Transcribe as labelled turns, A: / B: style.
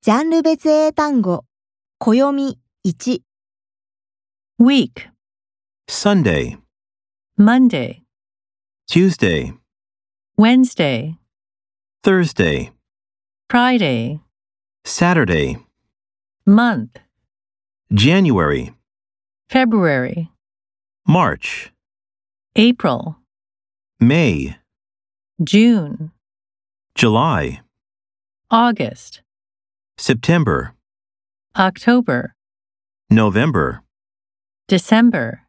A: ジャンル別英単語、暦1、
B: Week,
C: Sunday,
B: Monday,
C: Tuesday,
B: Wednesday,
C: Thursday,
B: Friday,
C: Saturday,
B: Month,
C: January,
B: February,
C: March,
B: April,
C: May,
B: June,
C: July,
B: August,
C: September,
B: October,
C: November.
B: December.